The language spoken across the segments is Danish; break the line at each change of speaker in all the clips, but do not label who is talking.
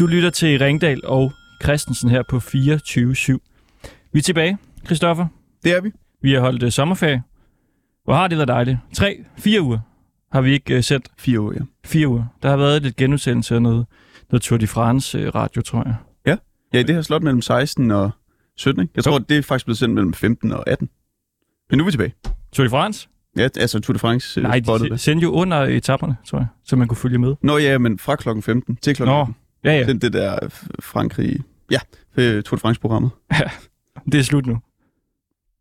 Du lytter til Ringdal og Christensen her på 24.7. Vi er tilbage, Christoffer.
Det er vi.
Vi har holdt øh, sommerferie. Hvor har det været dejligt. Tre, fire uger har vi ikke øh, sendt.
Fire år, ja.
Fire uger. Der har været lidt genudsendelse af noget, noget Tour de France øh, radio, tror jeg.
Ja, i det her slot mellem 16 og 17, ikke? Jeg tror, det er faktisk blevet sendt mellem 15 og 18. Men nu er vi tilbage.
Tour de France?
Ja, altså Tour de France øh,
Nej, de
spottede
se-
det.
sendte jo under etaperne, tror jeg, så man kunne følge med.
Nå ja, men fra klokken 15 til klokken
Nå,
18.
ja, ja.
Den, det der øh, Frankrig... Ja, øh, Tour de France-programmet.
Det er slut nu.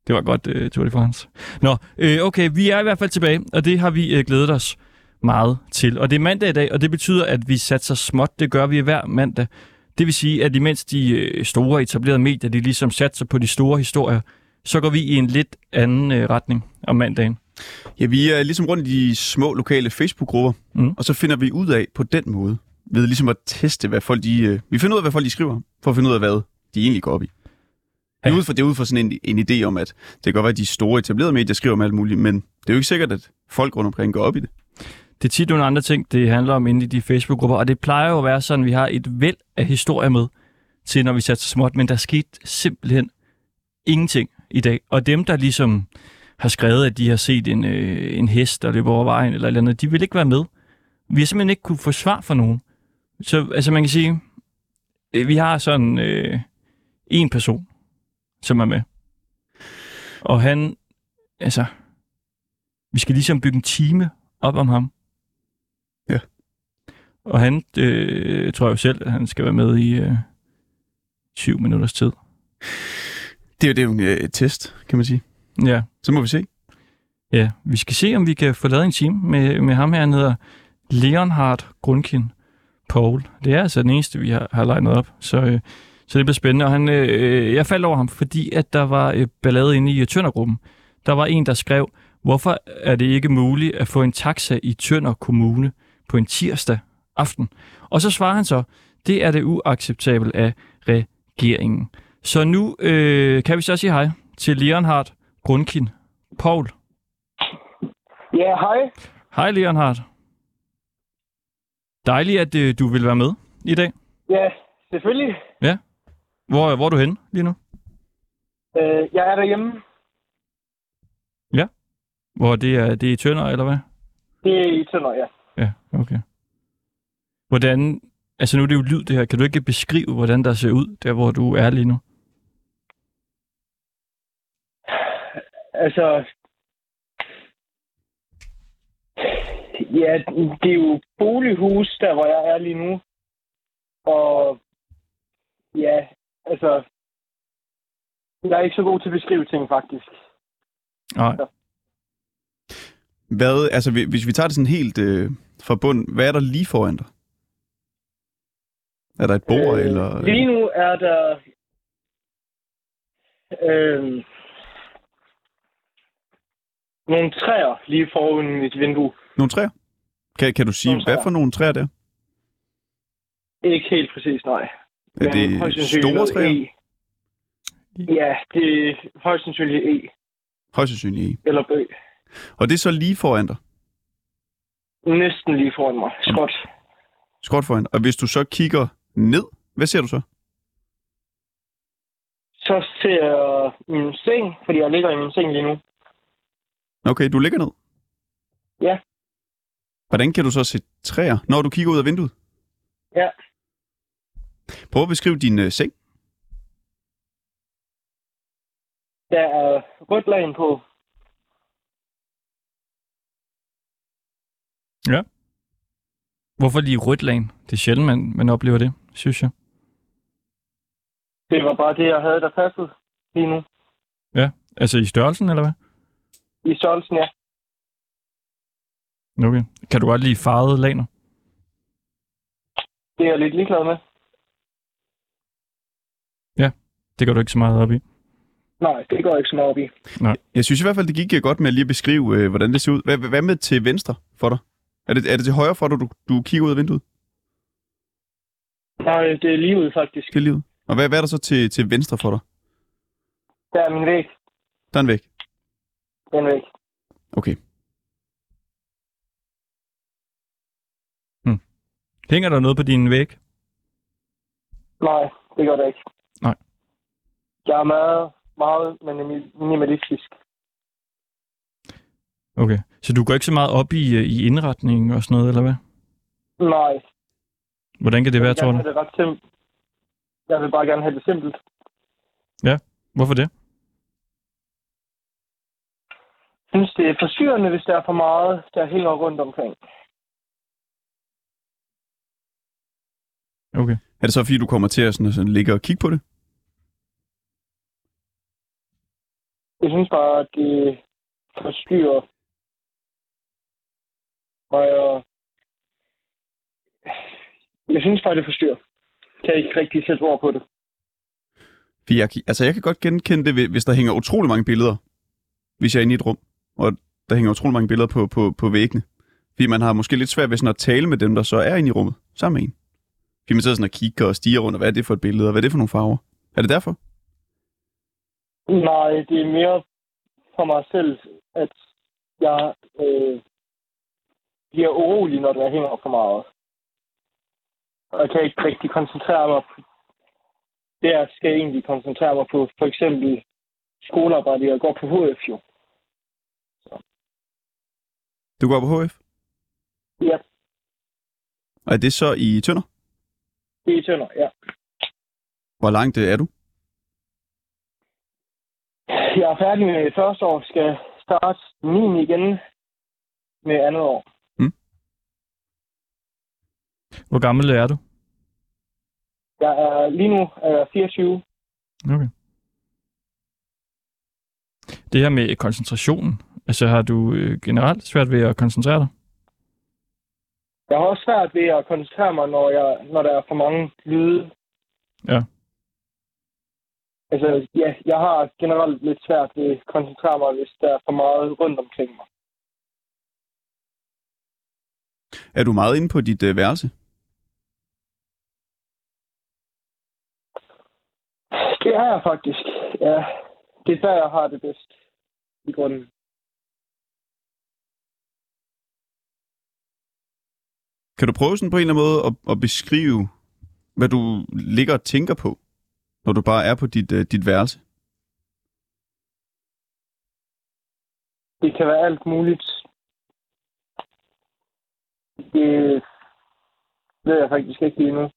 Det var godt, uh, Tour de France. Nå, øh, okay, vi er i hvert fald tilbage, og det har vi øh, glædet os meget til. Og det er mandag i dag, og det betyder, at vi satser småt. Det gør vi hver mandag. Det vil sige, at imens de øh, store etablerede medier, de ligesom satser på de store historier, så går vi i en lidt anden øh, retning om mandagen.
Ja, vi er ligesom rundt i de små lokale Facebook-grupper,
Mm.
mm. og så finder vi ud af på den måde, ved ligesom at teste, hvad folk de... øh, Vi finder ud af, hvad folk de skriver, for at finde ud af, hvad de egentlig går op i. Ja. Det,
Ja.
er ud fra, det er ud fra sådan en, en idé om, at det kan godt være, at de store etablerede medier skriver om alt muligt, men det er jo ikke sikkert, at folk rundt omkring går op i det.
Det er tit nogle andre ting, det handler om inde i de Facebook-grupper, og det plejer jo at være sådan, at vi har et væld af historier med til, når vi satte småt, men der skete simpelthen ingenting i dag. Og dem, der ligesom har skrevet, at de har set en, øh, en hest, der løber over vejen eller et eller andet, de vil ikke være med. Vi har simpelthen ikke kunne få svar fra nogen. Så altså, man kan sige, øh, vi har sådan øh, en person, som er med. Og han, altså, vi skal ligesom bygge en time op om ham.
Ja.
Og han øh, tror jo selv, at han skal være med i øh, 7 minutters tid.
Det er jo, det er jo en øh, test, kan man sige.
Ja.
Så må vi se.
ja, vi skal se, om vi kan få lavet en time med, med ham her. Han hedder Leonhard Grundkin Paul. Det er altså den eneste, vi har, har legnet op. Så, øh, så det bliver spændende. Og han, øh, jeg faldt over ham, fordi at der var øh, ballade inde i øh, Tøndergruppen. Der var en, der skrev, hvorfor er det ikke muligt at få en taxa i Tønder Kommune på en tirsdag aften? Og så svarer han så, det er det uacceptabelt af regeringen. Så nu øh, kan vi så sige hej til Leonhard Grundkin Paul.
Ja, hej.
Hej Leonhard. Dejligt, at øh, du vil være med i dag.
Ja, selvfølgelig.
Hvor, hvor er du henne lige nu?
Øh, jeg er derhjemme.
Hvor det er, det er i Tønder, eller hvad?
Det er i Tønder, ja.
Ja, okay. Hvordan, altså nu er det jo lyd det her, kan du ikke beskrive, hvordan der ser ud, der hvor du er lige nu?
Altså... Ja, det er jo bolighus, der hvor jeg er lige nu. Og... Ja, altså... Jeg er ikke så god til at beskrive ting, faktisk.
Nej,
Hvad, altså, hvi- hvis vi tager det sådan helt øh, fra bund, hvad er der lige foran dig? Er der et bord, øh, eller... øh,
Lige nu er der... Øh, nogle træer lige foran mit vindue.
Nogle træer? Kan, kan du sige,
Nogle
hvad
træer.
for nogle træer der?
Ikke helt præcis, nej.
Er
Men
det
højst sandsynligt
store
noget
træer?
E. Ja, det er højst sandsynligt E
Højst sandsynligt. E.
eller B.
Og det er så lige foran dig.
Næsten lige foran mig. Skråt.
Skråt foran. Og hvis du så kigger ned, hvad ser du så?
Så ser jeg min seng, fordi jeg ligger i min seng lige nu.
Okay, du ligger ned.
Ja.
Hvordan kan du så se træer, når du kigger ud af vinduet?
Ja.
Prøv at beskrive din øh, seng.
Der er rødt lagen på.
hvorfor lige rødt lagen? Det er sjældent, man, man oplever det, synes jeg.
Det var bare det, jeg havde, der passede lige nu.
Altså i størrelsen, eller hvad?
I størrelsen, ja.
Okay. Kan du godt lide farvede laner?
Det er jeg lidt ligeglad med.
Det går du ikke så meget op i.
Nej, det går jeg ikke så meget op i.
Jeg synes i hvert fald, det gik øh, godt med at lige at beskrive, øh, hvordan det ser ud. Hvad, hvad hvad med til venstre for dig? Er det, er det til højre for dig, du, du kigger ud af vinduet?
Nej, det er lige ud, faktisk.
Til livet? Og hvad, hvad er der så til, til venstre for dig?
Der er min væg.
Der er en væg.
Den væg.
Okay.
Hænger der noget på din væg?
Nej, det gør det ikke.
Nej.
Jeg er meget, meget minimi- minimalistisk.
Okay. Så du går ikke så meget op i, øh, i indretningen og sådan noget, eller hvad?
Nej.
Hvordan kan det være,
jeg
tror
vil
du?
gerne have det ret simpelt. Jeg vil bare gerne have det simpelt.
Hvorfor det?
Jeg synes, det er forstyrrende, hvis der er for meget, der hænger rundt omkring.
Okay.
Er det så, fordi du kommer til at sådan, at sådan ligge og kigge på det?
Jeg synes bare, at det forstyrrer mig. Og jeg synes bare, det forstyrrer. Jeg kan ikke rigtig sætte ord på det.
Fordi jeg, kan- altså, jeg kan godt genkende det, hvis der hænger utrolig mange billeder. Hvis jeg er inde i et rum, og der hænger utrolig mange billeder på, på, på væggene. Fordi man har måske lidt svært ved sådan at tale med dem, der så er inde i rummet sammen med en. Fordi man sidder sådan og kigger og stiger rundt, og hvad er det for et billede, og hvad er det for nogle farver? Er det derfor?
Nej, det er mere for mig selv, at jeg øh, bliver urolig, når der hænger for meget. Og jeg kan ikke rigtig koncentrere mig på det, jeg skal egentlig koncentrere mig på. For eksempel skolearbejde, jeg går på HF jo.
Du går på HF?
Ja,
Og er det så i Tønder?
det er tønder, ja.
Hvor langt øh, er du?
Jeg er færdig med første år, skal starte 9. igen med andet år.
Hvor gammel er du?
Jeg er lige nu er jeg 24.
Det her med koncentrationen. Altså har du øh, generelt svært ved at koncentrere dig?
Jeg har også svært ved at koncentrere mig, når, jeg, når der er for mange lyde.
Ja.
Altså, ja, jeg har generelt lidt svært ved at koncentrere mig, hvis der er for meget rundt omkring mig.
Er du meget inde på dit øh, værelse?
Det er jeg faktisk. Ja, det er der, jeg har det bedst i grunden.
Kan du prøve sådan på en eller anden måde at, at beskrive, hvad du ligger og tænker på, når du bare er på dit, øh, dit værelse?
Det kan være alt muligt. Det ved jeg faktisk ikke lige nu.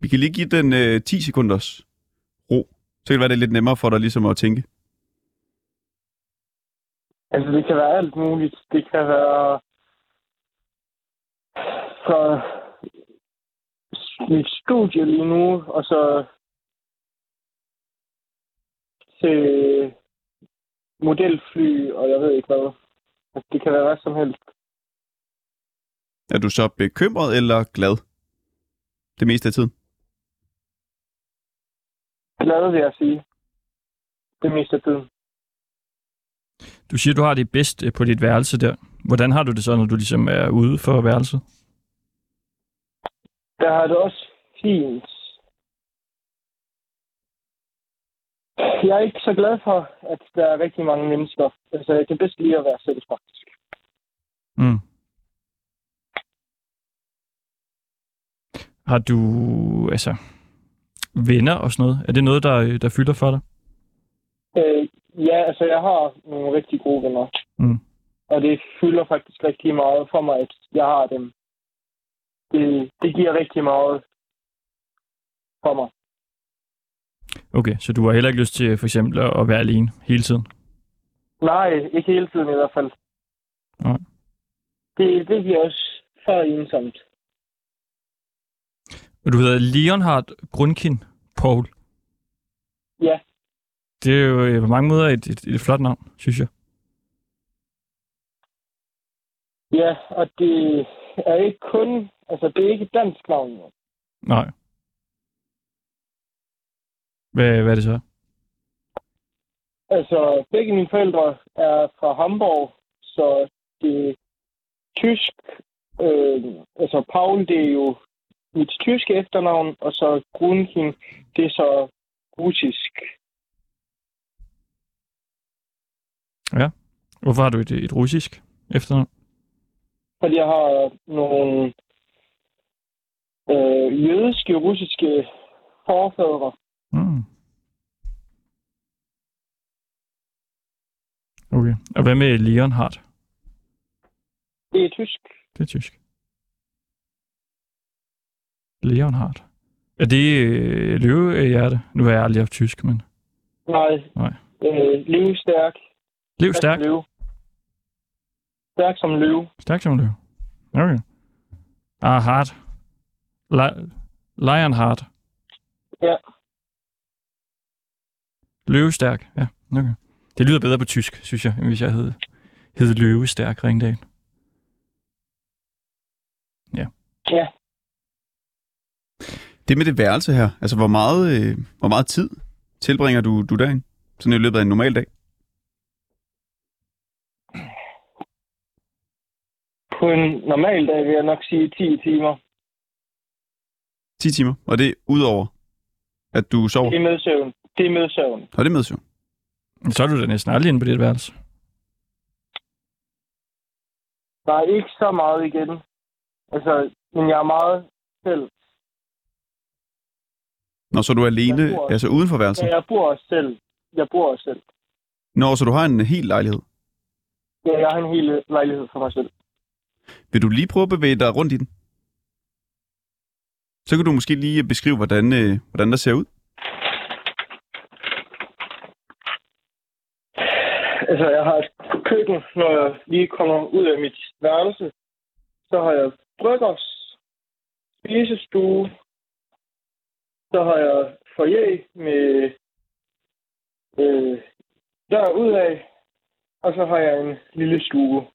Vi kan lige give den øh, 10 sekunders ro. Så kan det være, det er lidt nemmere for dig ligesom at tænke.
Altså, det kan være alt muligt. Det kan være fra mit studie lige nu, og så til modelfly, og jeg ved ikke hvad. Altså, det kan være hvad som helst.
Er du så bekymret eller glad? Det meste af tiden.
Glad vil jeg sige. Det meste af tiden.
Du siger, du har det bedst øh, på dit værelse der. Hvordan har du det så, når du ligesom er ude for værelset?
Der har det også fint. Jeg er ikke så glad for, at der er rigtig mange mennesker. Altså, jeg kan bedst lide at være selv, faktisk.
Mm. Har du, altså, venner og sådan noget? Er det noget, der, øh, der fylder for dig?
Øh, ja, altså, jeg har nogle rigtig gode venner.
Mm.
Og det fylder faktisk rigtig meget for mig, at jeg har dem. Det, det giver rigtig meget for mig.
Okay, så du har heller ikke lyst til for eksempel at at være alene hele tiden?
Nej, ikke hele tiden i hvert fald.
Nej.
Det, det bliver også for ensomt.
Og du hedder Leonhard Grundkin Paul.
Ja.
Det er jo øh, på mange måder et, et, et flot navn, synes jeg.
Ja, og det er ikke kun... Altså, det er ikke et dansk navn. jo.
Nej. Hvad, hvad er det så?
Altså, begge mine forældre er fra Hamburg, så det er tysk... Øh, altså, Paul, det er jo mit tyske efternavn, og så Grunkin, det er så russisk.
Hvorfor har du et, et russisk efternavn?
Fordi jeg har nogle øh, jødiske, russiske forfædre.
Mm. Okay. Og hvad med Leonhardt?
Det er tysk.
Det er tysk. Leonhardt. Er det øh, løvehjerte? Nu har jeg aldrig haft tysk, men...
Nej.
Nej.
Øh, leve stærk.
Lev stærk.
Løve. Stærk som løve.
Stærk som en løve. Okay. Ah, hard. Le- Lionheart.
Ja.
Løvestærk, ja. Okay. Det lyder bedre på tysk, synes jeg, end hvis jeg hed, hed Løvestærk Ringdal.
Ja.
Det med det værelse her, altså hvor meget, øh, hvor meget tid tilbringer du, du dagen? Sådan i løbet af en normal dag.
På en normal dag vil jeg nok sige 10 timer.
10 timer. Og det er udover, at du sover.
Det er med søvn. Det er med søvn.
Og det er med søvn.
Men Så er du da næsten aldrig inde på dit værelse.
Der er ikke så meget igen. Altså, men jeg er meget selv.
Nå, så er du
Jeg
alene,
bor-
altså uden for
Ja,
værelset.
jeg bor også selv. Jeg bor også selv.
Nå, så du har en hel lejlighed.
Ja, jeg har en hel lejlighed for mig selv.
Vil du lige prøve at bevæge dig rundt i den? Så kan du måske lige beskrive, hvordan, øh, hvordan der ser ud.
Altså, jeg har et køkken, når jeg lige kommer ud af mit værelse. Så har jeg bryggers, spisestue, så har jeg foyer med øh, derudad, og så har jeg en lille stue.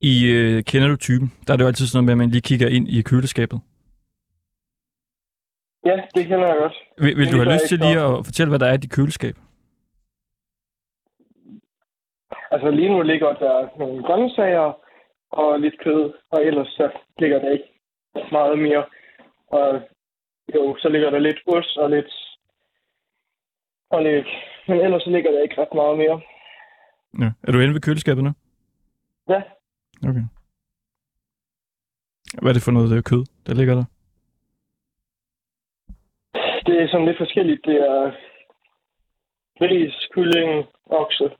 I øh, kender du typen. Der er det jo altid sådan noget med, at man lige kigger ind i køleskabet.
Ja, det kender jeg godt.
Vil, vil
det
du
gør
have lyst
jeg
til
ikke
lige at fortælle, hvad der er i dit køleskab?
Altså, lige nu ligger der nogle grøntsager og lidt kød, og ellers så ligger der ikke meget mere. Og jo, så ligger der lidt ost og lidt... Og lidt... Men ellers så ligger der ikke ret meget mere.
Ja. Er du inde ved køleskabet nu?
Ja,
Okay. Hvad er det for noget øh, kød, der ligger der?
det er sådan lidt forskelligt. Det er gris, kylling, okse.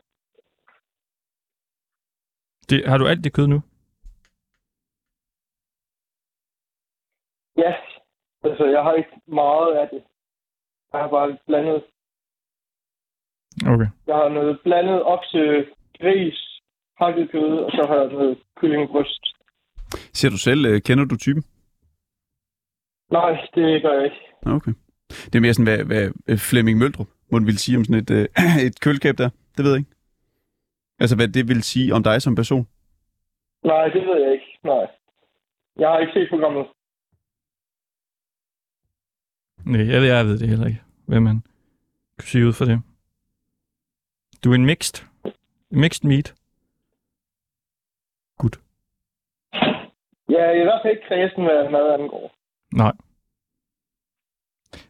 Det, har du alt det kød nu?
Ja, altså jeg har ikke meget af det. Jeg har bare blandet.
Okay.
Jeg har noget blandet okse, gris, hakket kød, og så har jeg noget kyllingbryst.
Ser du selv, øh, kender du typen?
Nej, det gør jeg ikke.
Nå, Okay. Det er mere sådan, hvad, hvad øh, Flemming Møldrup må ville sige om sådan et, øh, et køleskab der. Det ved jeg ikke. Altså, hvad det vil sige om dig som person.
Nej, det ved jeg ikke. Nej. Jeg har ikke set programmet.
Nej, jeg, ved- jeg ved det heller ikke, hvad man kunne sige ud for det. Du er en mixed, mixed meat.
Jeg er i hvert fald ikke kredsen, hvad mad angår.
Nej.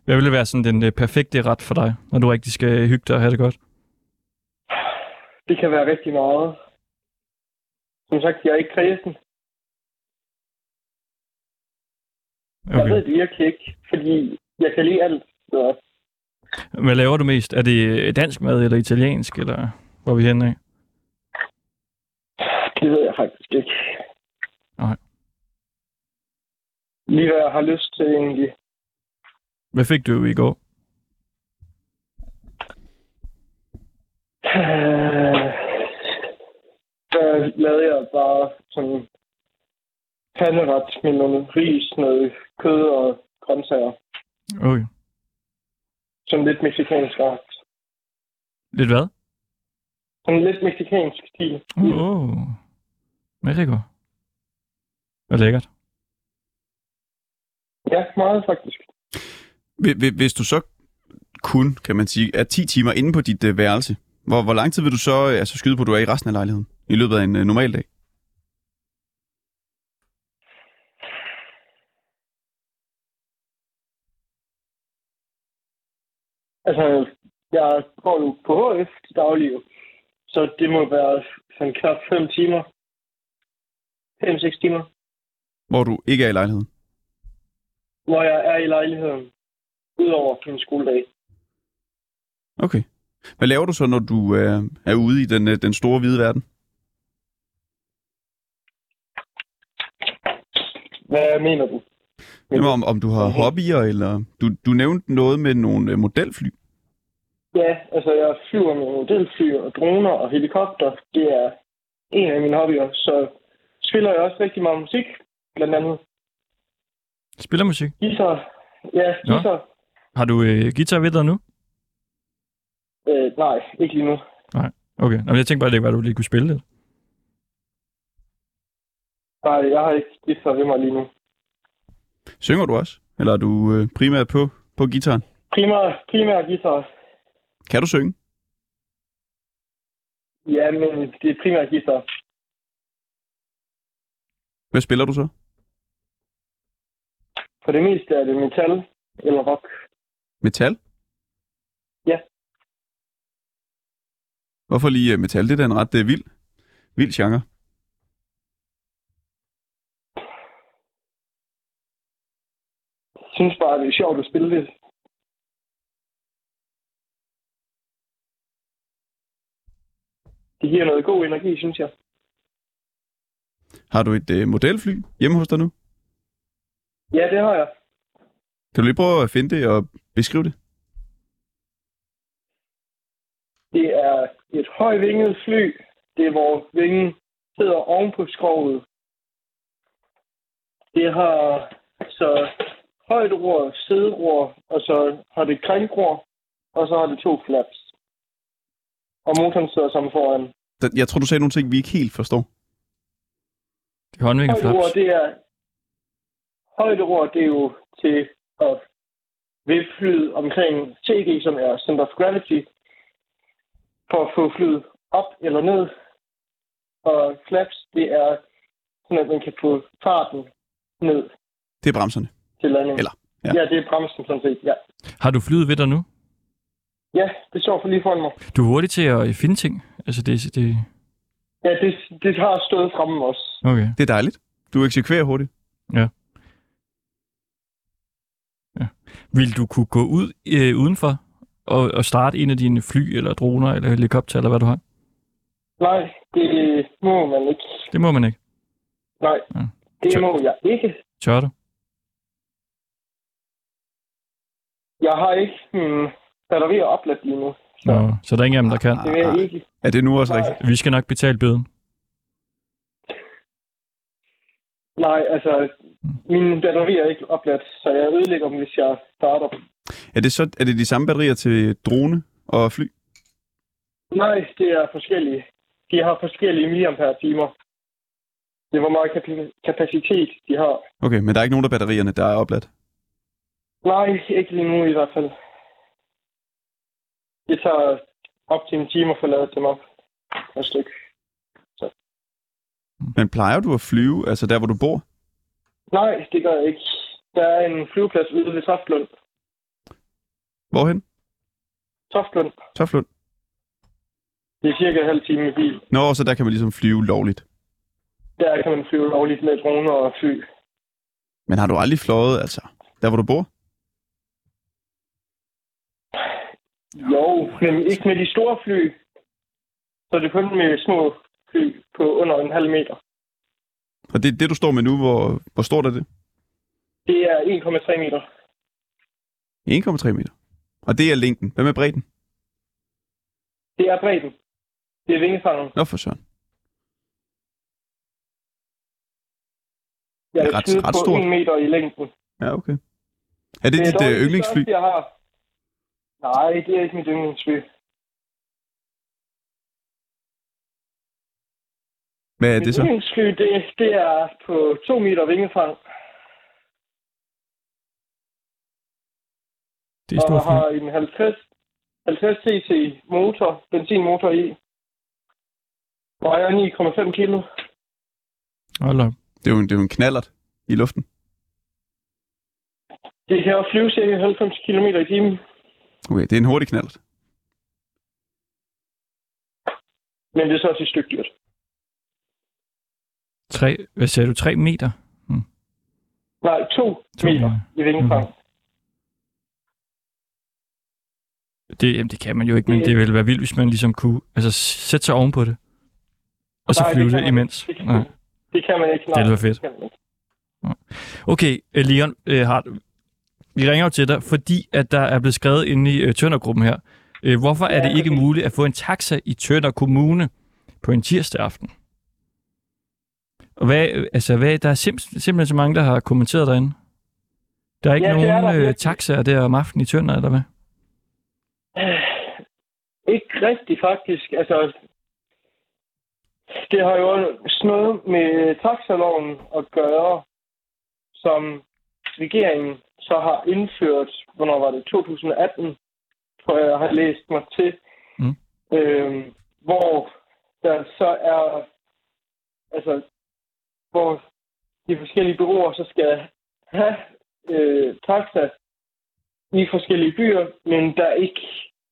Hvad ville være sådan den øh, perfekte ret for dig, når du rigtig skal hygge dig og have det godt?
Det kan være rigtig meget. Som sagt, jeg er ikke kredsen. Okay. Jeg ved
Okay.
det virkelig ikke, fordi jeg kan lide alt. Så
Hvad laver du mest? Er det øh, dansk mad eller italiensk, eller hvor er vi henne af?
det ved jeg faktisk ikke.
Nej.
Lige hvad jeg har lyst til egentlig.
Hvad fik du i går?
Øh, Der lavede jeg bare sådan panderet med nogle ris, noget kød og grøntsager.
Okay.
Sådan lidt mexikansk ret.
Lidt hvad?
Sådan lidt mexikansk stil.
Åh, oh, Mexico. Hvor lækkert.
Ja, meget faktisk.
Hvi- hvi- Hvis du så kun, kan man sige, er 10 timer inde på dit øh, værelse, hvor, hvor lang tid vil du så øh, altså, skyde på, at du er i resten af lejligheden i løbet af en øh, normal dag?
Altså, jeg går jo på HF til daglig, jo. så det må være sådan knap 5 timer. 5-6 timer.
hvor du ikke er i lejligheden?
hvor jeg er i lejligheden, udover min skoledag.
Okay. Hvad laver du så, når du øh, er ude i den, øh, den store hvide verden?
Hvad mener du?
Jamen, om, om du har
Okay.
hobbyer, eller... Du, du nævnte noget med nogle øh, modelfly.
Ja, altså jeg flyver med modelfly og droner og helikopter. Det er en af mine hobbyer. Så spiller jeg også rigtig meget musik, blandt andet
Spiller musik.
guitar. Ja,
Nå.
guitar.
Har du øh, guitar ved dig nu?
Øh, nej, ikke lige nu.
Okay, Nå, men jeg tænkte bare, at det var, at du lige kunne spille det.
Nej, jeg har ikke guitar ved mig lige nu.
Synger du også? Eller er du øh, primært på, på gitaren?
Primær, primær guitar.
Kan du synge?
Ja, men det er primær guitar.
Hvad spiller du så?
For det meste er det metal eller rock.
Metal?
Ja.
Hvorfor lige øh, metal? Det er da en ret øh, vild, vild genre.
Jeg synes bare, det er sjovt at spille det. Det giver noget god energi, synes jeg.
Har du et øh, modelfly hjemme hos dig nu?
Ja, det har jeg.
Kan du lige prøve at finde det og beskrive det?
Det er et højvinget fly. Det er, hvor vingen sidder oven på skroget. Det har så højt ror, sæderor, og så har det krænkror, og så har det to flaps. Og motoren sidder sammen foran.
Den- Jeg tror, du sagde nogle ting, vi ikke helt forstår.
Det er håndving og
Højderor,
flaps.
det er... Højderor, det er jo til at vippe flyet omkring CG, som er Center of Gravity, for at få flyet op eller ned. Og flaps, det er sådan, at man kan få farten ned
Det er bremserne.
til landing.
Eller, ja.
ja. ja. det er bremsen sådan set, ja.
Har du flyet ved dig nu?
Ja, det står for lige foran mig.
Du er hurtig til at øh, finde ting. Altså, det, det,
Ja, det, det har stået fremme også.
okay.
Det er dejligt. Du eksekverer hurtigt.
Vil du kunne gå ud øh, udenfor og, og starte en af dine fly, eller droner, eller helikopter, eller hvad du har?
Nej, det må man ikke.
Det må man ikke.
Nej,
Ja. Så-
det må jeg ikke.
Tør du?
Jeg har ikke hmm, batterier opladt lige nu. Så
Nå, så der er ingen af dem, der kan.
det vil jeg ikke.
Er det nu Ah, også
Nej.
rigtigt?
Vi skal nok betale bøden.
Nej, altså, mine batterier er ikke opladt, så jeg ødelægger dem, hvis jeg starter. dem.
Er det, så, er det de samme batterier til drone og fly?
Nej, det er forskellige. De har forskellige milliampere timer. Det er, hvor meget kap- kapacitet de har.
Okay, men der er ikke nogen af batterierne, der er opladt.
Nej, ikke lige nu i hvert fald. Det tager op til en time at få lavet dem op. Et stykke.
Men plejer du at flyve, altså der, hvor du bor?
Nej, det gør jeg ikke. Der er en flyveplads ude ved Toftlund.
Hvorhen?
Toftlund.
Toflund?
Det er cirka en halv time i bil.
Nå, så der kan man ligesom flyve lovligt.
Der kan man flyve lovligt med droner og fly.
Men har du aldrig fløjet, altså, der, hvor du bor?
Jo, men ikke med de store fly. Så det er kun med små fly på under en halv meter.
Og det, det du står med nu, hvor, hvor stort er det?
Det er 1,3 meter.
1,3 meter. Og det er længden. Hvad med bredden?
Det er bredden. Det er vingefangen.
Nå for søren.
Jeg
Det
er
er ret-
ret,
ret
ret på
stort.
1 meter i længden.
Ja, okay. Er det, dit
dog
øh,
ikke
yndlingsfly?
største, jeg har. Nej, det er ikke mit yndlingsfly.
Hvad er
mit
det så?
yndlingsfly, det, det er på 2 meter vingefang.
Det er
og
stort fly.
har en 50, 50 cc motor, benzinmotor i. Vejer 9,5 kilo.
Hold op.
Det er jo en, det er jo en knallert i luften.
Det kan også flyve cirka 90 km i timen.
Okay, det er en hurtig knallert.
Men det er så også et stykke dyrt.
Tre, hvad sagde du? 3 meter?
Nej, to,
To
to meter
meter.
i vingefang.
Mhm. Det, jamen, det kan man jo ikke, men det ville være vildt, hvis man ligesom kunne altså, sætte sig ovenpå det. Og så
Nej,
flyve
det kan
det
man
imens.
ikke. Det kan,
Ja.
man- det kan man ikke.
Det ville være fedt.
kan man ikke.
Okay, øh, Leon øh, har vi ringer jo til dig, fordi at der er blevet skrevet inde i øh, Tøndergruppen her. Øh, hvorfor er
Ja,
det ikke
okay.
muligt at få en taxa i Tønder Kommune på en tirsdag aften? Og hvad, øh, altså, hvad, der er simp- simpelthen så mange, der har kommenteret derinde. Der er ikke
Ja,
ja,
det er
nogen
der
er øh,
virkelig.
taxaer der om aftenen i Tønder, eller hvad?
Øh, Ikke rigtigt, faktisk. Altså, det har jo også noget med taxaloven at gøre, som regeringen så har indført, hvornår var det, 2018, tror jeg, jeg har læst mig til,
Mm.
øhm, hvor der så er, altså, hvor de forskellige byråer så skal have øh, taxa i forskellige byer, men der er ikke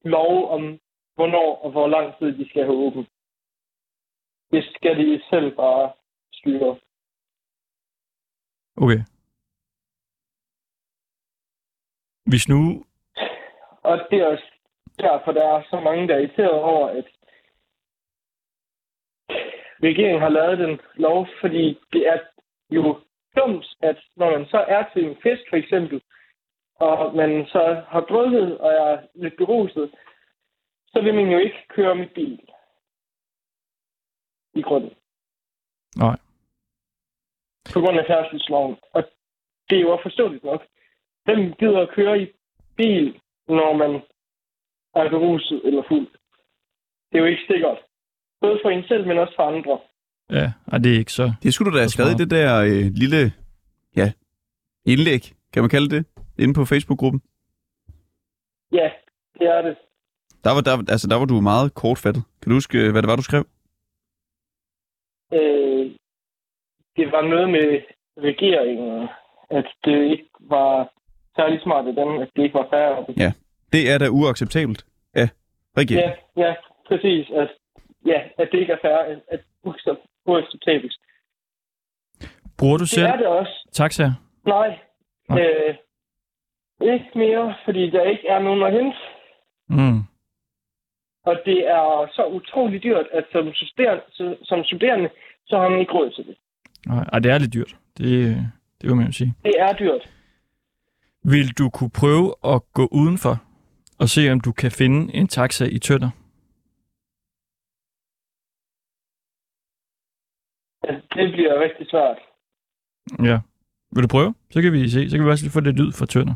lov om, hvornår og hvor lang tid de skal have åbent. Det skal de selv bare styre.
Okay. Hvis nu...
Og det er også derfor, der er så mange, der er irriteret over, at regeringen har lavet den lov, fordi det er jo dumt, at når man så er til en fest for eksempel, og man så har drukket og er lidt beruset, så vil man jo ikke køre med bil. I grunden.
Nej.
På grund af færdselsloven. Og det er jo også forståeligt nok. Hvem gider at køre i bil, når man er beruset eller fuld. Det er jo ikke sikkert. Både for en selv, men også for andre.
Ja, ej, det er ikke så...
Det skulle du da have
Så
skrevet i det der øh, lille ja, indlæg, kan man kalde det, inde på Facebook-gruppen.
Ja, det er det.
Der var, der, altså, der var du meget kortfattet. Kan du huske, øh, hvad det var, du skrev?
Øh, det var noget med regeringen, at det ikke var særlig smart af dem, at det ikke var færre.
Det er da uacceptabelt af regeringen.
Ja, ja, præcis. At, ja, at det ikke er færre, at- at uaccept- uacceptabelt.
Bruger du
Det
selv
er det også.
taxaer?
Nej.
Nej.
Øh, ikke mere, fordi der ikke er nogen at hente.
Mm.
Og det er så utrolig dyrt, at som studerende, så, som studerende så har man ikke råd til det.
Nej, ej, det er lidt dyrt. Det, øh, det vil man jo sige.
Det er dyrt.
Vil du kunne prøve at gå udenfor og se, om du kan finde en taxa i Tønder?
Altså, det bliver rigtig svært.
Ja. Vil du prøve? Så kan vi se. Så kan vi også lige få lidt lyd fra Tønder.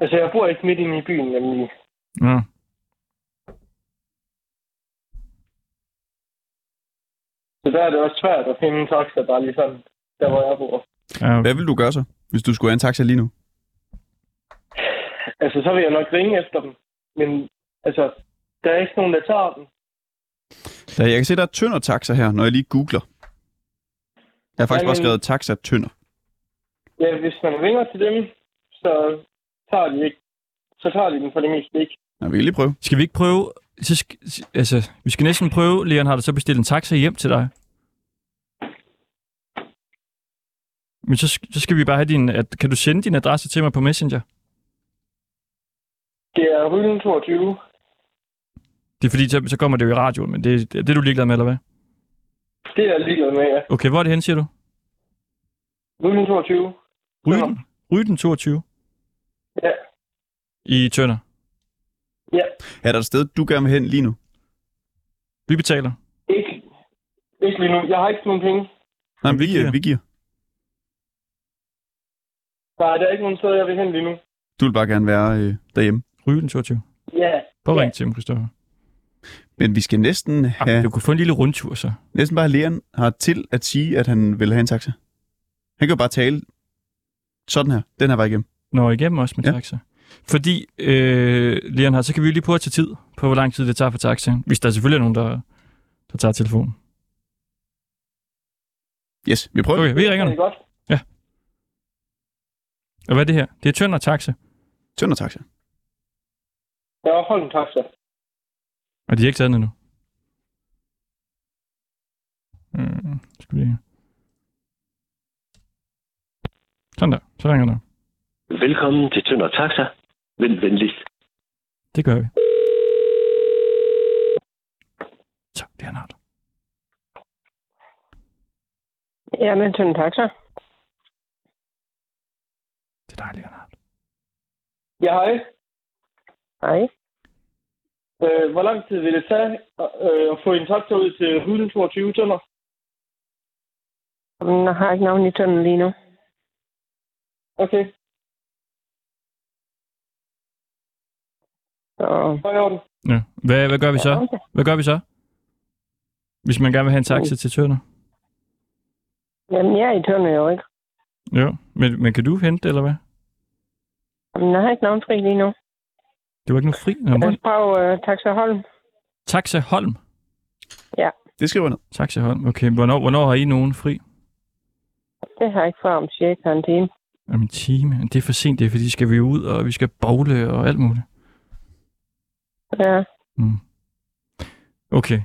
Altså, jeg bor ikke midt inde i byen, nemlig.
Ja.
Så der er det også svært at finde en taxa, bare ligesom der, hvor jeg bor.
ja.
Hvad vil du gøre så, hvis du skulle have en taxa lige nu?
Altså, så vil jeg nok ringe efter dem. Men altså, der er ikke nogen, der tager dem.
Ja, jeg kan se, der er tønder taxa her, når jeg lige googler. Jeg har faktisk
Jamen-
bare skrevet taxa tønder.
Ja, hvis man ringer til dem, så tager de ikke. Så tager de dem for det meste ikke.
Nå, vi kan lige prøve.
Skal vi ikke prøve... Så sk- altså, vi skal næsten prøve, Leon, har du så bestilt en taxa hjem til dig? Men så, sk- så skal vi bare have din... At, kan du sende din adresse til mig på Messenger?
Det er Ryllen 22.
Det er fordi, så, så kommer det jo i radioen, men det, det, det er du ligeglad med, eller hvad?
Det er jeg ligeglad med, ja.
Okay, hvor er det hen, siger du?
Ryllen 22.
Ryden? Ryden 22?
Ja.
I Tønder?
Er der et sted, du gerne vil hen lige nu?
Vi betaler.
Ikke, ikke lige nu. Jeg har ikke nogen penge.
Nej, men
vi
vi,
giver.
giver. vi giver.
Nej, der er ikke nogen steder, jeg vil hen lige nu.
Du vil bare gerne være øh, derhjemme.
Ryden 22.
Ja.
Prøv at
Ja.
ring til ham, Christoffer.
Men vi skal næsten
Ja.
have,
Du kunne få en lille rundtur, så.
næsten bare Leon har til at sige, at han vil have en taxa. Han kan jo bare tale sådan her. Den her vej igennem.
Nå, igennem også med ja.
Ja.
taxa. Fordi, øh, Leon har, så kan vi jo lige prøve at tage tid på, hvor lang tid det tager for taxaen. Hvis der selvfølgelig er nogen, der, der tager telefonen.
Yes, vi prøver. Okay.
Okay, vi ringer
Det
nu.
er godt.
Og hvad er det her? Det er Tønder Taxa.
Tønder taxa.
Jeg har holdt en taxa.
Og de er ikke taget den endnu. Mm, Øh, skal vi... Sådan der. Så ringer der.
Velkommen til Tønder Taxa. Vent venligst.
Det gør vi. Så, det er han Arthur.
Ja, men Tønden Taxa.
Det er dejligt, Arthur.
Ja, hej.
Hej.
Øh, hvor lang tid vil det tage øh, at få en taxa ud til 122 tønder?
Jamen, Jeg har ikke navn i Tønden lige nu.
Okay,
Så,
så er jeg orden.
Ja. Hvad, hvad gør vi så? Hvad gør vi så? Hvis man gerne vil have en taxa til Tønder?
Jamen, jeg er i Tønden jo ikke.
Jo. Men, men kan du hente det, eller hvad?
Jamen, Jeg har ikke navnfri lige nu.
Det var ikke noget fri. Nå,
Jeg
men-
skal prøve uh, Taxa Holm.
Taxa Holm.
Det skriver jeg ned.
Taxa Holm. Okay, hvornår, hvornår har I nogen fri?
Det har jeg ikke før om cirka karantæne.
Om en time. Det er for sent, det er fordi, skal vi ud, og vi skal bowle og alt muligt.
Ja.
Okay.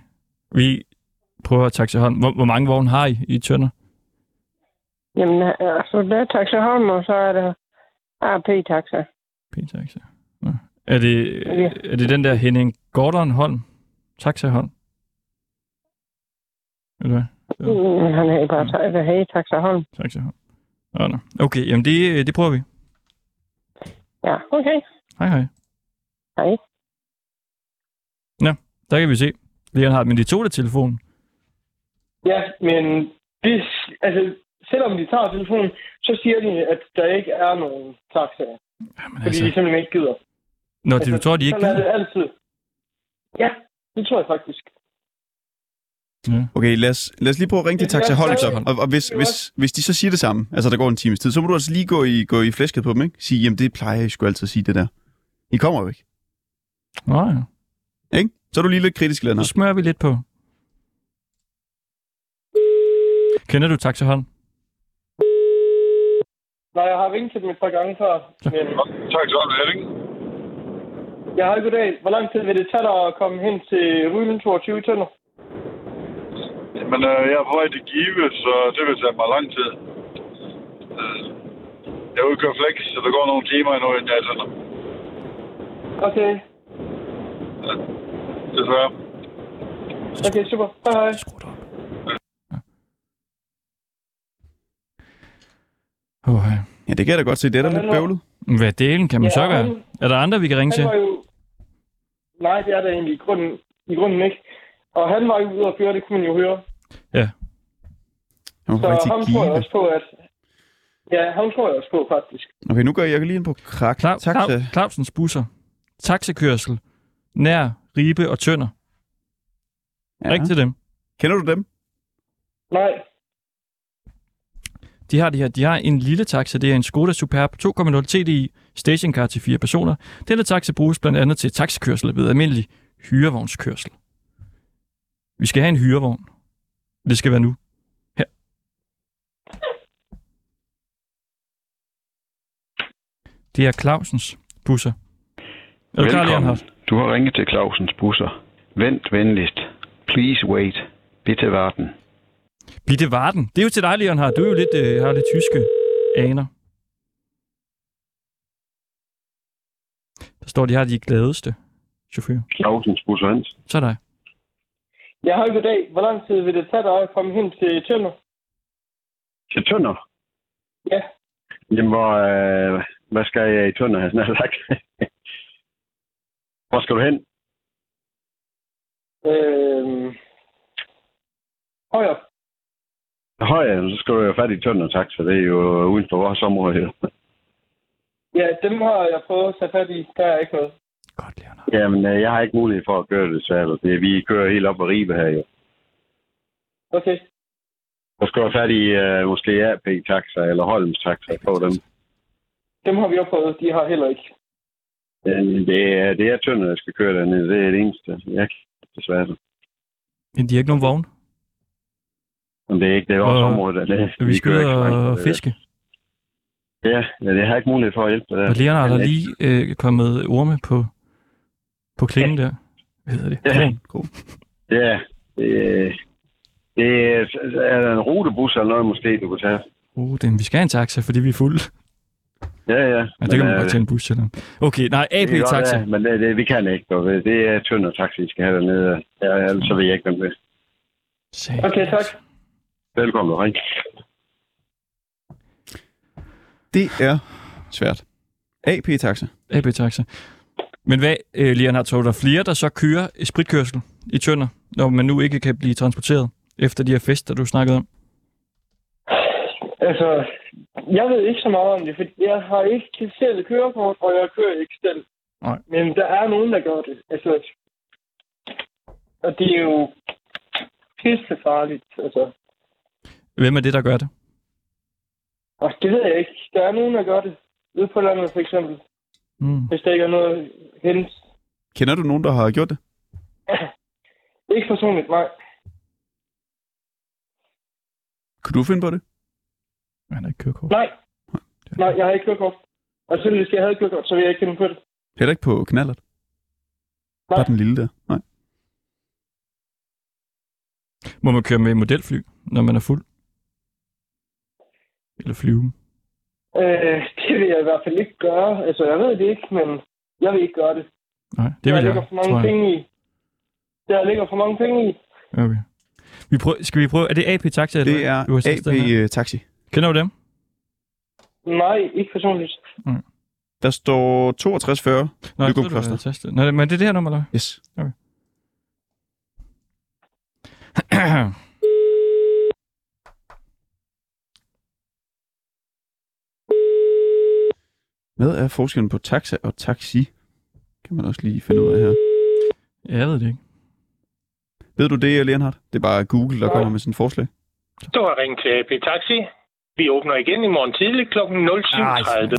Vi prøver at taxa Holm. Hvor, hvor mange vogne har I i Tønder?
Jamen, altså, det er Taxa Holm, og så er der AP Taxa.
P-taxa. Nå. Er det,
Ja.
er det den der Henning Gordon Holm? Taxa Holm? Eller hvad? Ja.
Mm, han er bare sagt, at hey, Taxa Holm.
Taxa Holm. Nå, nå. Okay, jamen det, det prøver vi.
Ja, okay.
Hej, hej.
Hej.
Nå, der kan vi se. Leon har, men de tog det telefonen.
Ja, men det, altså, selvom de tager telefonen, så siger de, at der ikke er nogen taxaer.
Jamen
Fordi altså, de
altså,
simpelthen ikke gider. Altså,
når de, du tror, de ikke
Sådan er
gider.
det altid. Ja, det tror jeg faktisk.
Okay, lad os, lad os lige prøve at ringe til
Det er
Taxa Holm,
også-
så. Og, og hvis,
det er
hvis,
også-
hvis de så siger det samme, altså der går en times tid, så må du altså lige gå i, gå i flæsket på dem, ikke? Sige, jamen det plejer I sgu altid at sige, det der. I kommer jo ikke,
Nå, ja.
ikke? Så er du lige lidt kritisk, Lennart.
Så smører vi lidt på. Kender du Taxa Holm?
Nej, jeg har ringet til dem et par gange før. Men,
Tak skal du have, ikke?
jeg har ikke dag. Hvor lang tid vil det tage dig at komme hen til Rylen 22 Tønder?
Men øh, jeg er på vej til Give, så det vil tage mig lang tid. Øh, jeg er ude at køre flex, så der går nogle timer endnu, inden jeg er sådan.
Okay,
Desværre.
okay, super. Hej, hej.
Skru det op. Ja. Oh, ja.
Ja, det kan jeg da godt se. Det er da lidt bøvlet.
Hvad delen kan man
Ja,
så gøre?
han-
Er der andre, vi kan ringe til?
Han var jo... Nej, det er det egentlig i grunden, i grunden ikke. Og han var jo ude at køre, det kunne man jo høre.
Jeg må
Så
faktisk
ham tror jeg
give.
også på, at... Ja, ham tror jeg også på, faktisk.
Okay, nu går jeg lige ind på krak.
Klau,
Tak,
Klau,
Taxa.
Clausens busser. Taxakørsel. Nær, Ribe og Tønder. Ja. Ring
Ja.
til dem.
Kender du dem?
Nej,
De har det her. De har en lille taxa. Det er en Skoda Superb 2.0 TDI stationcar til fire personer. Denne taxa bruges blandt andet til taxakørsel ved almindelig hyrevognskørsel. Vi skal have en hyrevogn. Det skal være nu. Her. Det er Clausens busser. Er du klar, Leonhardt?
Du har ringet til Clausens busser. Vent venligst. Please wait. Bitte warten.
Bitte Varden. Det er jo til dig, Leonhardt. Du er jo lidt, øh, har lidt tyske aner. Der står, de har de gladeste chauffører.
Clausens busser, Hans.
Så er der.
jeg har ikke dag. Hvor lang tid vil det tage dig at komme hen til Tønder?
Til Tønder?
Ja.
Jamen, hvor, øh, hvad skal jeg i Tønder, Hans? Nær sagt. hvor skal du hen?
Øhm... Højre.
Høj, så skal du jo fat i Tønder, tak, for det er jo uden for vores område. jo.
Ja, dem har jeg prøvet at tage fat i. Der er ikke noget.
Godt, Leonhardt.
Jamen, øh, jeg har ikke mulighed for at køre det, så altså. det, vi kører helt op ad Ribe her, jo.
Okay.
Så skal du fat i øh, måske AP-taxa eller Holms taxa på dem.
Dem har vi også prøvet. De har heller ikke.
Øh, Det er, det er Tønder, der skal køre dernede. Det er det eneste. Jeg kan desværre.
Men de har ikke nogen vogn.
Men det er ikke det er vores
Og
område, der det.
Vi skal ud
kører ikke så langt,
og
øh,
fiske.
Ja, ja, det har jeg ikke mulighed for at hjælpe dig der.
Og Leonhardt er
Men, øh,
lige øh, kommet orme på, på klingen der. Hvad hedder det?
Ja.
Krogen.
Ja, det, det er, er der en rutebus eller noget måske, du kunne tage?
Uh, den, vi skal have en taxa, fordi vi er fulde.
Ja, ja.
Ja, det kan man
øh,
godt tage en bus til dem. Okay, nej,
det kan godt
AB-taxa.
være, Men
øh,
det, det, vi kan ikke, og det er tynd taxi, I skal have dernede. Ja, ja, ellers så ved jeg ikke, hvem det er.
Sat-
Okay, tak.
Velkommen, Ring.
Det er svært. AP-taxa.
AB-taxa. Men hvad, øh, Lian, har tror du, der er flere, der så kører spritkørsel i Tønder, når man nu ikke kan blive transporteret efter de her fester, du snakkede om?
Altså, jeg ved ikke så meget om det, for jeg har ikke selv kørekort, og jeg kører ikke selv.
Nej.
Men der er nogen, der gør det. Altså, og det er jo pissefarligt. Altså,
Hvem er det, der gør det?
og det ved jeg ikke. Der er nogen, der gør det. Ude på landet for eksempel.
Mm.
Hvis der ikke er noget hendes.
Kender du nogen, der har gjort det?
Ikke personligt, nej.
Kunne du finde på det?
Han har ikke kørekort.
Nej. Nej, jeg har ikke kørekort. Og selvfølgelig, hvis jeg havde kørekort, så ville jeg ikke kende på det.
Heller ikke på knallert.
Nej.
Bare den lille der. Nej.
Må man køre med i modelfly, når man er fuld? Eller flyve?
Øh, det vil jeg i hvert fald ikke gøre. Altså, jeg ved det ikke, men jeg vil ikke gøre det.
Nej, det vil
der
jeg,
ligger for mange
tror jeg.
penge i. Der ligger for mange penge i.
Okay. Vi prøver, skal vi prøve, er det AP-taxa? eller
Det
hvad?
er øh,
Du har sendt den her.
AP-taxi.
Kender du dem?
Nej, ikke personligt.
Der står 6240.
Nå, jeg
Lykke
troede, du
Kloster.
havde tastet. Nå, men er det det her nummer, eller?
Yes.
hvad?
Hvad er forskellen på taxa og taxi? Kan man også lige finde ud af her.
ja, jeg ved det ikke.
Ved du det, Leonhardt? Det er bare Google, der
Nej.
kommer med sådan et forslag.
Du har ringet til AP Taxi. Vi åbner igen i morgen tidlig kl.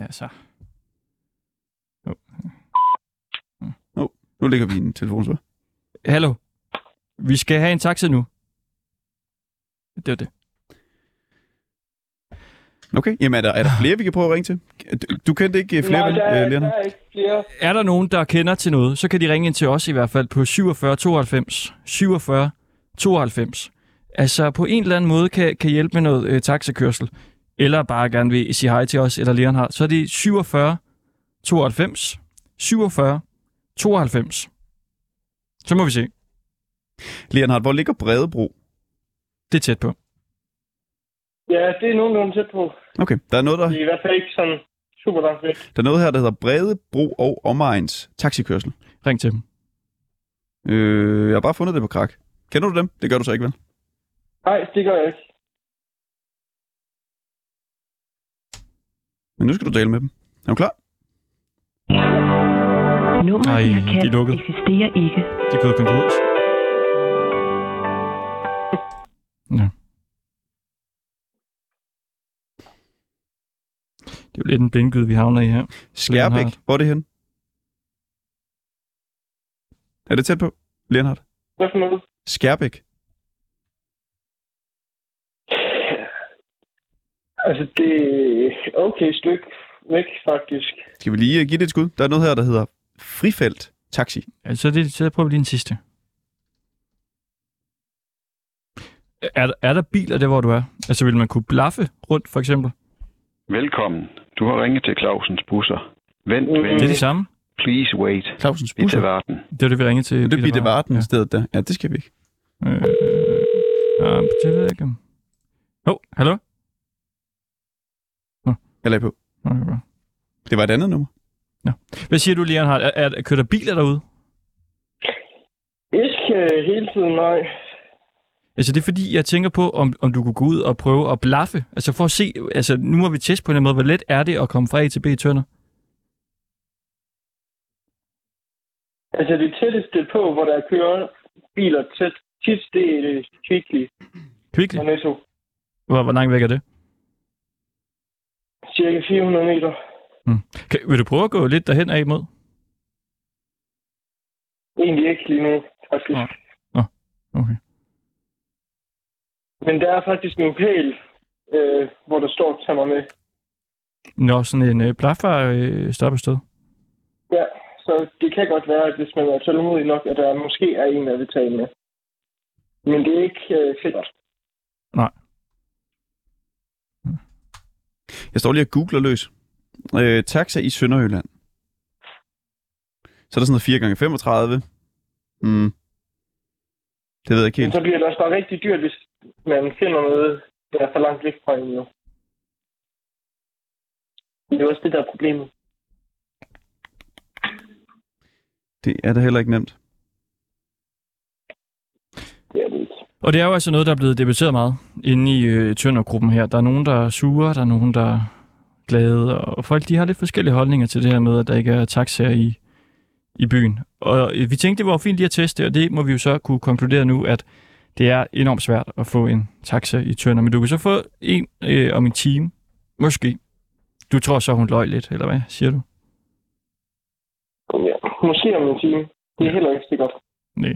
07.30.
ja, så.
Nu lægger vi en telefonsvar.
Hallo. Vi skal have en taxa nu. Det var det.
Okay, jamen er der, er der flere, vi kan prøve at ringe til? Du, du kendte ikke øh, flere,
Nej,
vel,
der, er,
øh,
der
Leonhardt?
er ikke flere.
Er der nogen, der kender til noget, så kan de ringe ind til os i hvert fald på 47 92 47 92. Altså på en eller anden måde kan, kan hjælpe med noget øh, taxakørsel, eller bare gerne vil sige hej til os eller Leonhardt, så er det 47 92 47 92. Så må vi se.
Leonhardt, hvor ligger Bredebro?
Det er tæt på.
Ja, det er nogenlunde tæt på.
Okay, der er, noget, der,
Det er i hvert fald ikke sådan super langt væk.
der er noget her, der hedder Bredebro og Omegns taxikørsel.
Ring til dem.
Øh, jeg har bare fundet det på krak. Kender du dem? Det gør du så ikke, vel?
Nej, det gør jeg ikke.
Men nu skal du tale med dem. Er du klar?
Nummeret,
Ej,
I har
de er
kaldt,
lukket.
eksisterer ikke.
De er gået konkurs. Ja. Det er jo lidt en blindgyde, vi havner i her.
Skærbæk,
Leonhardt.
hvor er det henne? Er det tæt på, Leonhardt?
Hvad for noget?
Skærbæk.
Altså, det er okay stykke væk, faktisk.
Skal vi lige øh, give det et skud? Der er noget her, der hedder Frifelt Taxi.
Altså, det, så prøver vi lige en sidste. Er, der- er der biler der, hvor du er? Altså, vil man kunne blaffe rundt, for eksempel?
Velkommen. Du har ringet til Clausens busser. Vent
Mhm.
Det er det
venligst.
samme.
Please wait.
Clausens
Bitte
Busser.
verden.
Det er det, vi ringede til.
Det er
Peter
Bitte
Varden.
Varden i stedet der. Ja, det skal vi ikke.
Ja. Øh, øh, det ved jeg ikke. om- Hov, oh, hallo?
Jeg lagde på.
Nå, det er bra.
Det var et andet nummer.
Hvad siger du, Leonhardt? Er, er, kører der biler derude?
Ikke øh, hele tiden, nej.
Altså det er fordi, jeg tænker på, om, om du kunne gå ud og prøve at blaffe. Altså for at se, altså nu må vi teste på en eller anden måde, hvor let er det at komme fra A til B i Tønder?
Altså, det tætteste på, hvor der kører biler tæt, tit, det er øh, Kvickly
Kvickly?
og Netto.
Hvor, hvor langt væk er det?
Cirka 400 meter.
Kan, vil du prøve at gå lidt derhen af imod?
Egentlig ikke lige nu, faktisk.
Nå. Nå, okay.
Men der er faktisk en pæl, øh, hvor der står, tag mig med.
Nå, sådan en øh, blaffer øh, stoppested.
Ja, så det kan godt være, at hvis man er tålmodig nok, at der måske er en, der vil tage en med. Men det er ikke øh, sikkert.
Jeg står lige og googler løs. Øh, taxa i Sønderjylland. Så er der sådan noget 4 gange 35 Mm. Det ved jeg ikke
Men
helt.
så bliver det også bare rigtig dyrt, hvis man finder noget, der er for langt væk fra en jo. Det er også det, der er problemet.
Det er da heller ikke nemt.
Det er det ikke.
Og det er jo altså noget, der er blevet debatteret meget inde i øh, Tøndergruppen her. Der er nogen, der er sure, der er nogen, der er glade, og folk de har lidt forskellige holdninger til det her med, at der ikke er taxaer i, i byen. Og øh, vi tænkte, det var fint lige at teste, og det må vi jo så kunne konkludere nu, at det er enormt svært at få en taxa i Tønder, men du kan så få en øh, om en time, måske. Du tror så, hun løj lidt, eller hvad siger du?
Ja. Måske om en time. Det er heller ikke sikkert.
Nej,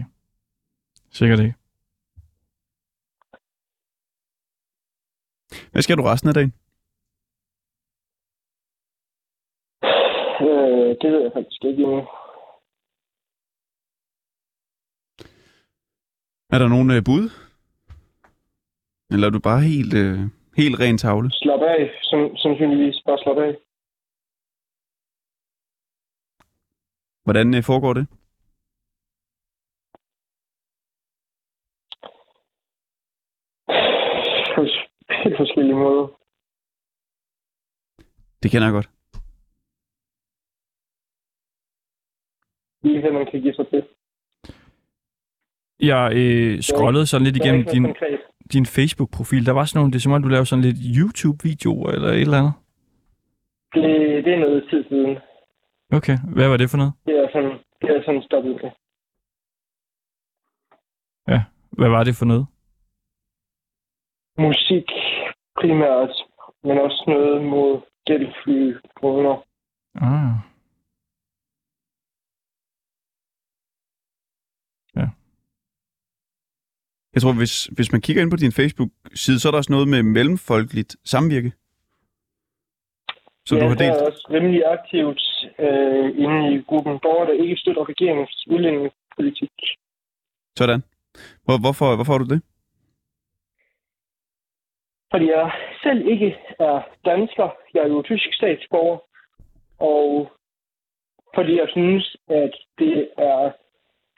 sikkert ikke.
Hvad skal du resten af dagen?
Øh, det ved jeg faktisk ikke endnu.
Er der nogen øh, bud? Eller er du bare helt, øh, helt ren tavle?
Slap af, som, sandsynligvis. Bare slap af.
Hvordan øh, foregår det?
På helt forskellige måder.
Det kender jeg godt.
Lige hvad man kan give sig til.
Jeg øh, scrollede sådan lidt
Der er
igennem
ikke noget
din,
Konkret.
din Facebook-profil, der var sådan nogle, det er som om, du laver sådan lidt YouTube-videoer eller et eller andet.
Det, det er noget tid siden.
Okay, hvad var det for noget?
Det er sådan, det er sådan stoppet det.
Hvad var det for noget?
Musik primært, men også noget mod gældfly, kroner.
Ah.
Jeg tror, hvis, hvis man kigger ind på din Facebook-side, så er der også noget med mellemfolkeligt samvirke. Så
ja,
du har
der
delt...
er også rimelig aktivt øh, inde i gruppen borgere, der ikke støtter regeringens udlændingepolitik.
Sådan. Hvor, hvorfor, hvorfor har du det?
Fordi jeg selv ikke er dansker. Jeg er jo tysk statsborger. Og fordi jeg synes, at det er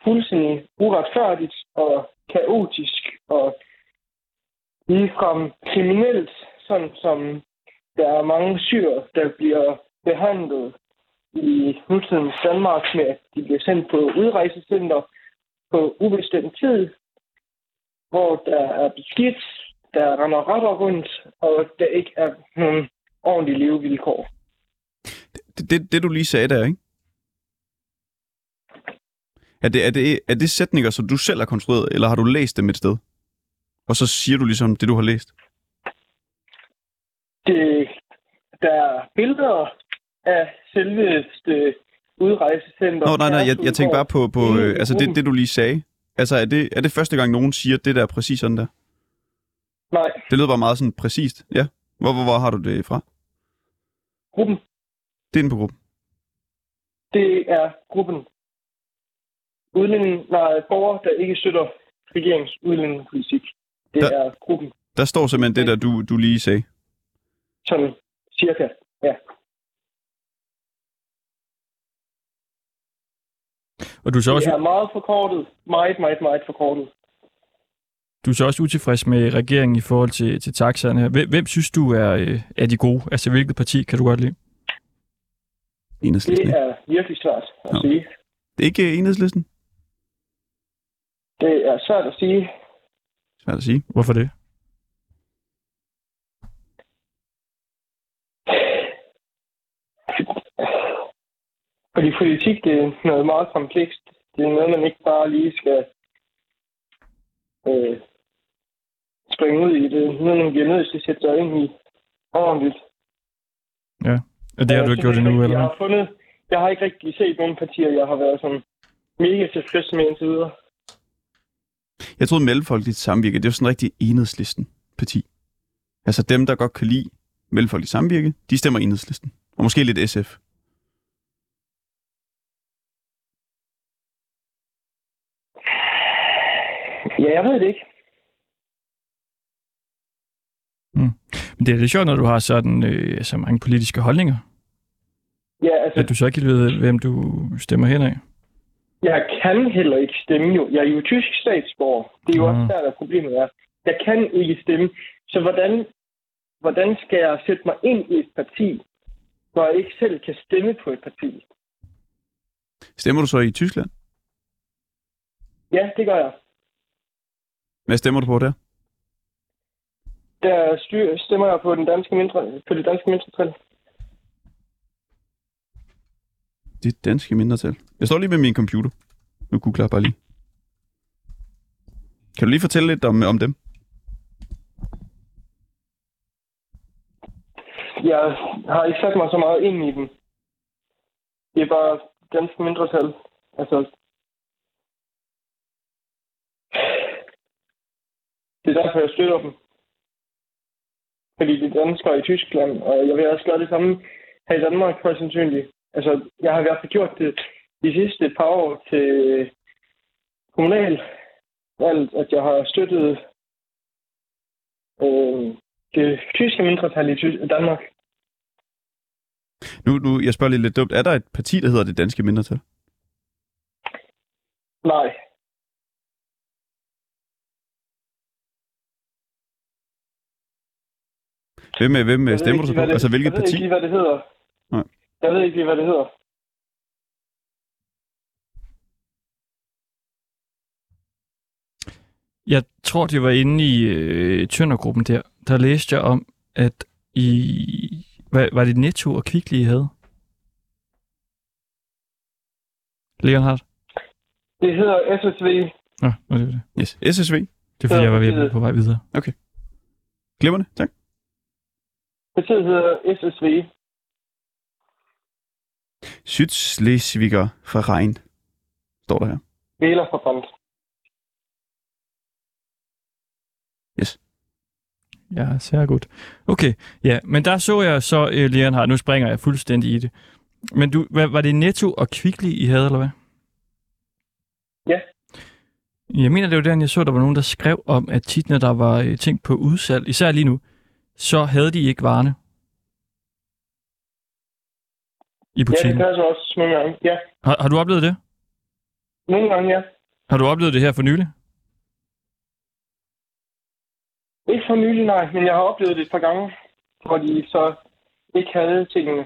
fuldstændig uretfærdigt og kaotisk og ligefrem kriminelt, sådan som der er mange syre, der bliver behandlet i nutidens Danmark med, at de bliver sendt på udrejsecenter på ubestemt tid, hvor der er beskidt, der render rotter rundt, og der ikke er nogen ordentlige levevilkår.
Det, det, det du lige sagde der, ikke? Er det, er, det, er det sætninger, som du selv har konstrueret, eller har du læst dem et sted? Og så siger du ligesom det, du har læst.
Det, der er billeder af selve øh, udrejsecenter.
Nå, nej, nej, jeg, jeg tænkte bare på, på øh,
Ingen
altså det,
gruppen.
det, du lige sagde. Altså, er det, er det første gang, nogen siger det der er præcis sådan der?
Nej,
Det lyder bare meget sådan præcist, ja. Hvor, hvor, hvor har du det fra?
gruppen.
Det er inde på gruppen.
Det er gruppen. Udlænding, nej, borgere, der ikke støtter regeringens udlændingepolitik. Det
Der-
er gruppen,
Der står simpelthen det der, du, du lige sagde.
sådan cirka. Ja.
Og du er så
Det
også,
er meget forkortet. Meget, meget, meget forkortet.
du er så også utilfreds med regeringen i forhold til, til taxaerne her. Hvem, hvem synes du er, øh, er de gode? Altså, hvilket parti kan du godt lide?
Enhedslisten.
Det
ikke?
er virkelig svært at
Nå.
sige.
Det er ikke øh, enhedslisten,
Det er svært at sige.
svært at sige.
Hvorfor det?
Fordi politik, det er noget meget komplekst. Det er noget, man ikke bare lige skal øh, springe ud i. Det er noget, man bliver nødt til at sætte sig ind i ordentligt.
Og det har
Jeg
du ikke
synes
gjort endnu,
rigtig,
eller
Jeg
hvad?
har fundet, jeg har ikke rigtig set nogen partier, jeg har været sådan mega tilfreds med indtil videre.
Jeg troede, mellemfolkeligt samvirke, det er jo sådan rigtig enhedslisten parti. Altså dem, der godt kan lide mellemfolkeligt samvirke, de stemmer enhedslisten. Og måske lidt SF.
Ja, jeg ved det ikke.
Men det er lidt sjovt, når du har sådan øh, så mange politiske holdninger,
Ja, altså,
at du så ikke ved, hvem du stemmer henad.
jeg kan heller ikke stemme jo. Jeg er jo tysk statsborger. Det er jo
Ah.
også der, der problemet er. Jeg kan ikke stemme. Så hvordan, hvordan skal jeg sætte mig ind i et parti, når jeg ikke selv kan stemme på et parti?
Stemmer du så i Tyskland?
Ja, det gør jeg.
Hvad stemmer du på der?
Der styr, stemmer jeg på, den danske mindre, på det danske mindretal.
Det danske mindretal. Jeg står lige med min computer. Nu googler jeg bare lige. Kan du lige fortælle lidt om, om dem?
Jeg har ikke sat mig så meget ind i dem. Det er bare danske mindretal. Altså, det er derfor, jeg støtter dem. Fordi de er danskere i Tyskland, og jeg vil også gøre det samme her i Danmark, højst sandsynligt. Altså, jeg har i hvert fald gjort det de sidste par år til kommunalvalget, at jeg har støttet øh, det tyske mindretal i Ty- Danmark.
Nu, nu, jeg spørger lige lidt dumt. Er der et parti, der hedder det danske mindretal?
Nej.
Hvem, øh, hvem øh,
Jeg ved
stemmer
ikke
du så
lige,
på?
hvad det-
Altså, hvilket
Jeg ved
parti?
ikke lige, hvad det hedder.
Nej.
Jeg ved ikke lige, hvad det hedder.
Jeg tror, det var inde i øh, Tøndergruppen der. Der læste jeg om, at i... Hvad, var det Netto og Kvickly, I havde? Leonhardt?
Det hedder SSV.
Nå, nå, det var det.
Yes. SSV.
Det er fordi, jeg var ved at være på vej videre.
Glimmerne, tak.
Partiet hedder SSV.
Sydslesviger Verein. Står der her.
Vælerforbund.
Ja, særlig godt. Okay, ja, men der så jeg så, øh, Leonhardt, nu springer jeg fuldstændig i det. Men du, hvad, var det Netto og Kvickly, I havde, eller hvad?
Ja.
Jeg mener, det var der, jeg så, der var nogen, der skrev om, at tit, når der var øh, ting på udsalg, især lige nu, så havde de ikke varerne. I
Ja,
butikken.
det
Ja,
passer også nogle gange. Ja,
har, har du oplevet det?
nogle gange ja.
Har du oplevet det her for nylig?
Ikke for nylig, nej, men jeg har oplevet det et par gange, hvor de så ikke havde tingene.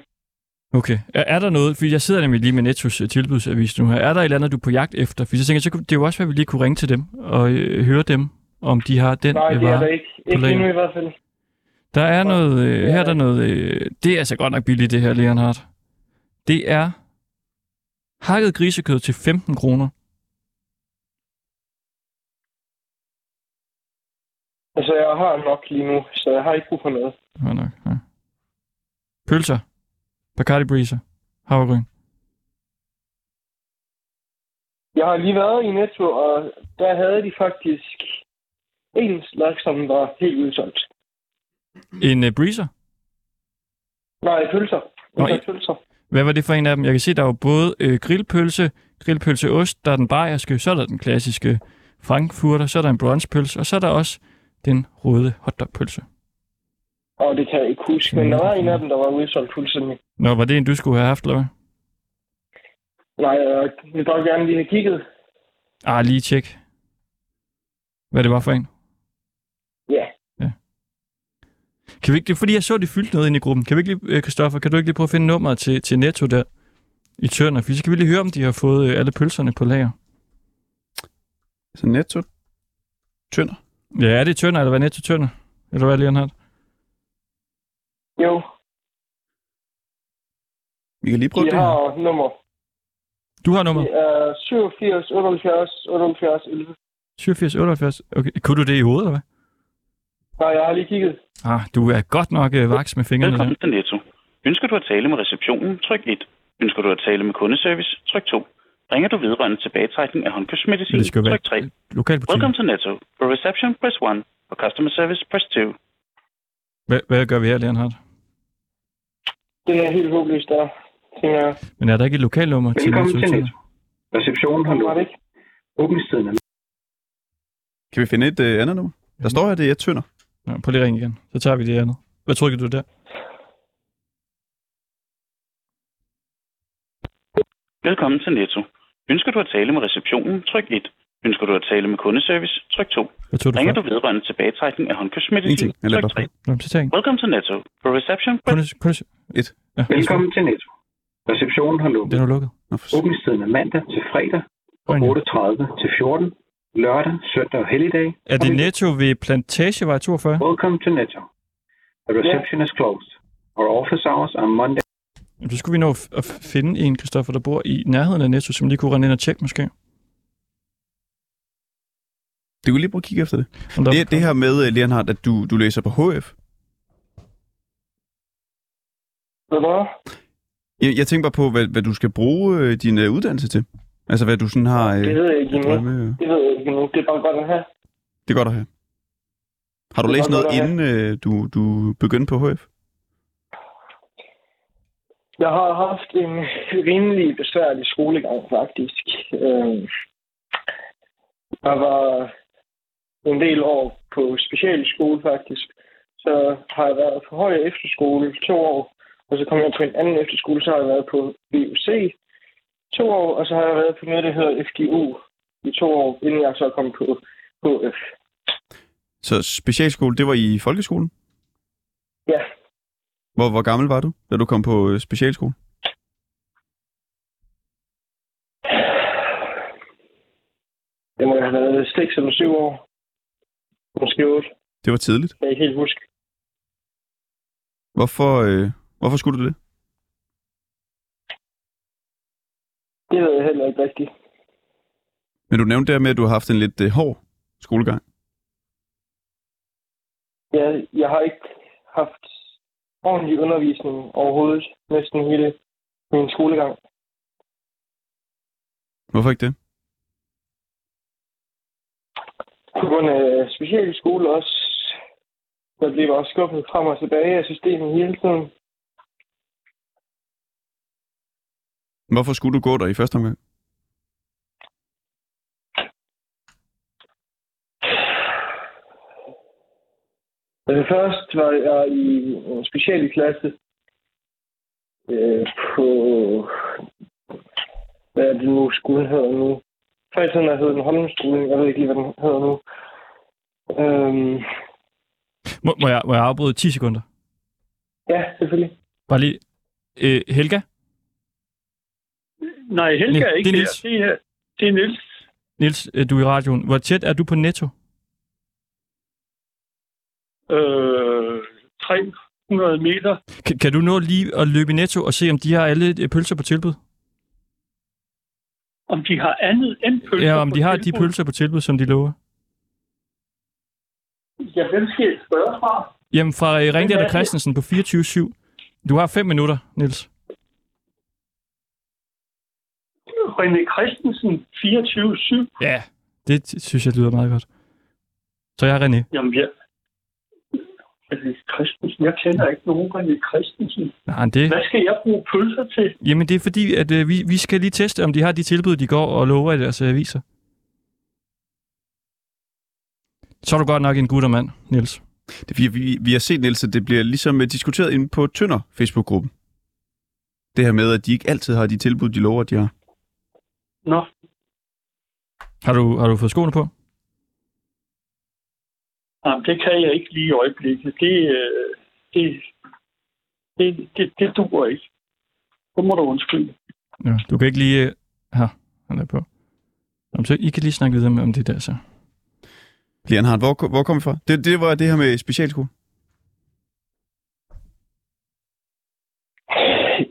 Okay. Er, er der noget, fordi jeg sidder nemlig lige med Nettos øh, tilbudsavis nu her, er der et eller andet, du er på jagt efter? Fordi så tænker jeg, så kunne, det er jo også, hvad vi lige kunne ringe til dem og øh, høre dem, om de har den
Nej,
øh,
det er
vare.
der ikke. Ikke
lager.
endnu i hvert fald.
Der er noget, øh, her er
der
der noget, øh, det er altså godt nok billigt det her, Leonhardt. Det er hakket grisekød til 15 kroner.
Altså, jeg har nok lige nu, så jeg har ikke brug for noget.
Godt nok, ja. Pølser, Bacardi Breezer, havregryn.
Jeg har lige været i Netto, og der havde de faktisk en slags, som var helt udsolgt.
En øh, Breezer?
Nej, pølser.
Nå,
Nå,
i-
pølser.
Hvad var det for en af dem? Jeg kan se, der er jo både øh, grillpølse, grillpølseost, der er den bayerske, så er der den klassiske frankfurter, så er der en bronzepølse, og så er der også den røde hotdogpølse.
Og det kan jeg ikke huske, men der var en af dem, der var udsolgt fuldstændig.
Nå, var det en, du skulle have haft, eller hvad?
Nej, jeg vil bare gerne lige have kigget.
Ah, lige tjek. Hvad det var for en?
Ja.
Kan vi ikke, det er fordi, jeg så, det fyldte noget ind i gruppen. Kan vi ikke lige, øh, Christoffer, kan du ikke lige prøve at finde nummeret til, til Netto der i Tønder? For så kan vi lige høre, om de har fået øh, alle pølserne på lager.
Så Netto. Tønder.
Ja, er det Tønder, eller hvad Netto Tønder? Eller hvad, Leonhard?
Jo,
Vi kan lige prøve
de
det her.
har nummer.
Du har nummeret?
Det er 87, 78, 78, 11.
87, 78. Okay, kunne du det i hovedet, eller hvad?
Nej, jeg har lige kigget.
Ah, du er godt nok øh, vaks med fingrene. Der.
Velkommen til Netto. Ønsker du at tale med receptionen, tryk 1. Ønsker du at tale med kundeservice, tryk 2. Ringer du vedrørende tilbagetrækning af håndkøbsmedicin,
Det skal jo være
tryk 3. Welcome
lokalbutikken.
to Netto. For reception, press 1. For customer service, press 2.
Hvad, hvad gør vi her, Leonhardt?
Den er helt håbløs der, tænker jeg.
Men er der ikke et lokalnummer til
Velkommen til
Netto?
Netto. Receptionen har
Var det
lukket.
ikke?
Åbningstiden er
Kan vi finde et øh, andet nummer? Der står her, det er Tønder.
Nå, prøv lige at ringe igen. Så tager vi det andet. Hvad trykkede du der?
Velkommen til Netto. Ønsker du at tale med receptionen? Tryk 1. Ønsker du at tale med kundeservice? Tryk 2.
Hvad tog du
Ringer
fra?
du vedrørende tilbagetrækning af håndkøbsmedicin?
Ingenting. Jeg lader
Tryk 3.
Nå, så tager jeg
Velkommen til Netto. For reception,
Kunde, kunde,
et.
Ja,
Velkommen til Netto. Receptionen har lukket.
Den er lukket.
Åbningstiden er mandag til fredag fra 8.30 til 14, lørdag, søndag og helligdag.
Er det Netto ved Plantagevej 42?
Welcome to Netto. The reception is closed. Our office hours are Monday.
Jamen, Så skulle vi nå at f- at finde en, Kristoffer, der bor i nærheden af Netto, som lige kunne rende ind og tjekke måske.
Du kan lige prøve at kigge efter det.
der-
Det, det her med, øh, Leonhard, at du, du læser på HF.
Hvad?
Jeg, jeg tænker bare på, hvad, hvad du skal bruge øh, din øh, uddannelse til. Altså, hvad du sådan har... Øh,
Det ved jeg ikke
drømme,
endnu.
øh.
Det ved jeg ikke endnu. Det er bare godt at have.
Det er godt at have. Har du
Det er
læst
godt
noget,
at have.
inden øh, du, du begyndte på HF?
Jeg har haft en rimelig besværlig skolegang, faktisk. Øh, Jeg var en del år på specialskole, faktisk. Så har jeg været på højere efterskole to år, og så kom jeg på en anden efterskole, så har jeg været på VUC to år, og så har jeg været på noget, der hedder FGU i to år, inden jeg så kom på HF.
Så specialskole, det var i folkeskolen?
Ja,
Hvor, hvor gammel var du, da du kom på øh, specialskole?
jeg må have været 6 eller 7 år. Måske 8,
Det var tidligt.
kan jeg ikke helt huske.
Hvorfor, øh, hvorfor skulle du det?
Det ved jeg heller ikke rigtigt.
Men du nævnte der med, at du har haft en lidt øh, hård skolegang.
Jeg, jeg har ikke haft ordentlig undervisning overhovedet næsten hele min skolegang.
Hvorfor ikke det?
På grund af specielle skole også, der blev jeg også skubbet frem og tilbage af systemet hele tiden.
Hvorfor skulle du gå der i første omgang?
Altså først var jeg i en speciel klasse øh, på, hvad er det nu, skolen hedder nu. Før i tiden der hed den Holmskolen, jeg ved ikke lige, hvad den hedder nu. Øhm,
Må, må, jeg, må jeg afbryde 10 sekunder?
ja, selvfølgelig.
Bare lige. Øh, Helga?
Nej, Helga
Nej,
er ikke
det er
det
Niels.
her. Det er, det er Niels.
Niels, øh, du er i radioen. Hvor tæt er du på Netto?
Øh, 300 meter.
Kan, kan du nå lige at løbe i Netto og se, om de har alle øh, pølser på tilbud?
Om de har andet end pølser
Ja, om
på
de har de
tilbud?
pølser på tilbud, som de lover.
Ja, hvem skal jeg spørge fra?
Jamen, fra øh, Ringdal
er
og
det?
Christensen på 24-7. Du har 5 minutter, Niels.
René Christensen, 24-7.
Ja. Det t- synes jeg lyder meget godt. Så jeg er René.
Jamen, jeg... René Christensen, jeg kender ikke nogen René Christensen.
Nej, det,
Hvad skal jeg bruge pølser til?
jamen, det er fordi, at øh, vi, vi skal lige teste, om de har de tilbud, de går og lover i deres øh, aviser. Så er du godt nok en guttermand, Niels.
Det, vi, vi, vi har set, Niels, at det bliver ligesom øh, diskuteret inde på Tønder Facebook-gruppen. Det her med, at de ikke altid har de tilbud, de lover, de har.
Nå,
Har du, har du fået skoene på?
jamen, det kan jeg ikke lige i øjeblikket. Det, øh, det, det, det, det duer ikke. Det må du undskylde.
Ja, du kan ikke lige... øh, Her, han er på. Jamen, så I kan lige snakke videre med om det der, så.
Leonhard, hvor, hvor kom vi fra? Det, det var det her med specialskole.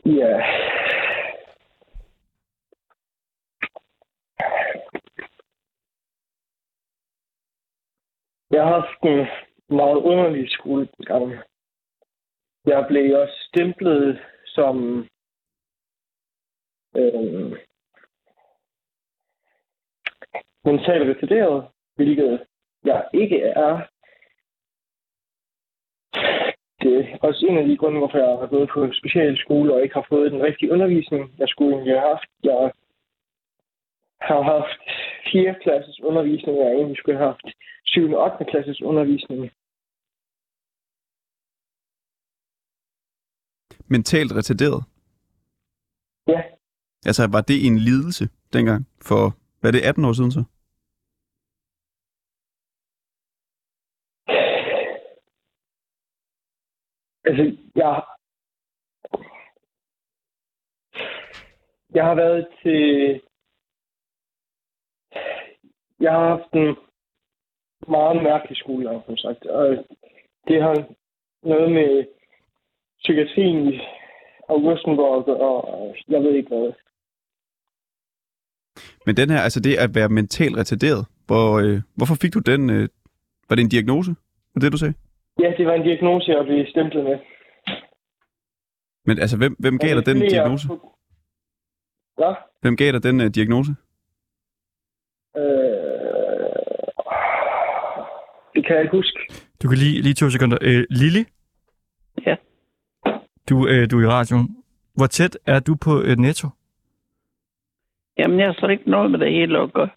Ja. Jeg har haft en meget underlig skolegang. Jeg blev også stemplet som... Øh, mentalt retarderet, hvilket jeg ikke er. Det er også en af de grunde, hvorfor jeg har gået på en specialskole og ikke har fået den rigtige undervisning, jeg skulle egentlig have haft. Jeg har haft 4. klasses undervisning, og jeg egentlig skulle have haft 7. og 8. klasses undervisning.
mentalt retarderet?
Ja.
Altså, var det en lidelse dengang for, hvad er det, 18 år siden så?
Altså, jeg... Jeg har været til... Jeg har haft en meget mærkelig skolegang, som sagt. Og det har noget med psykiatrien i Augustenborg, og jeg ved ikke hvad.
Men den her, altså det at være mentalt retarderet, hvor, øh, hvorfor fik du den? Øh, var det en diagnose? Var det, du sagde?
Ja, det var en diagnose, jeg blev stemplet med.
Men altså, hvem, hvem gav dig den
Flere-
diagnose?
Ja,
Hvem gav dig den øh, diagnose?
øh... Det kan jeg ikke huske.
Du kan lige, lige to sekunder. Øh, Lili?
Ja.
Du, øh, du er i radioen. Hvor tæt er du på øh, Netto?
Jamen, jeg har slet ikke noget med det hele at gøre.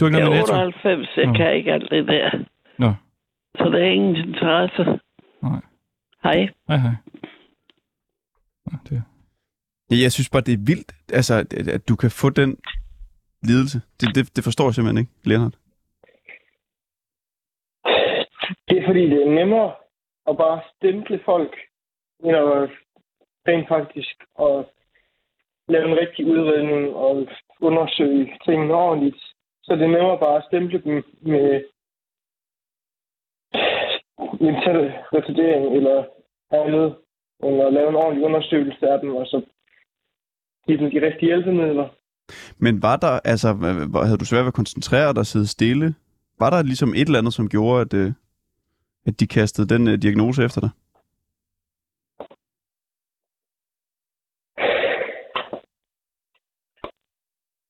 Du har ikke
jeg
noget
er
med Netto?
98, jeg
Nå.
kan ikke alt det der.
Nå.
Så det er ingen interesse.
Nej.
Hej.
Hej, hej.
Ja, Jeg synes bare, det er vildt, altså, at, at du kan få den lidelse. Det, det, det forstår jeg simpelthen ikke, Lennart.
Det er fordi, det er nemmere at bare stemple folk, end at rent faktisk og lave en rigtig udredning og undersøge tingene ordentligt. Så det er nemmere bare at stemple dem med mental retardering eller andet, end at lave en ordentlig undersøgelse af dem, og så give dem de rigtige hjælpemidler.
Men var der, altså, hva- hva- havde du svært ved at koncentrere dig og sidde stille? Var der ligesom et eller andet, som gjorde, at, øh, at de kastede den øh, diagnose efter dig?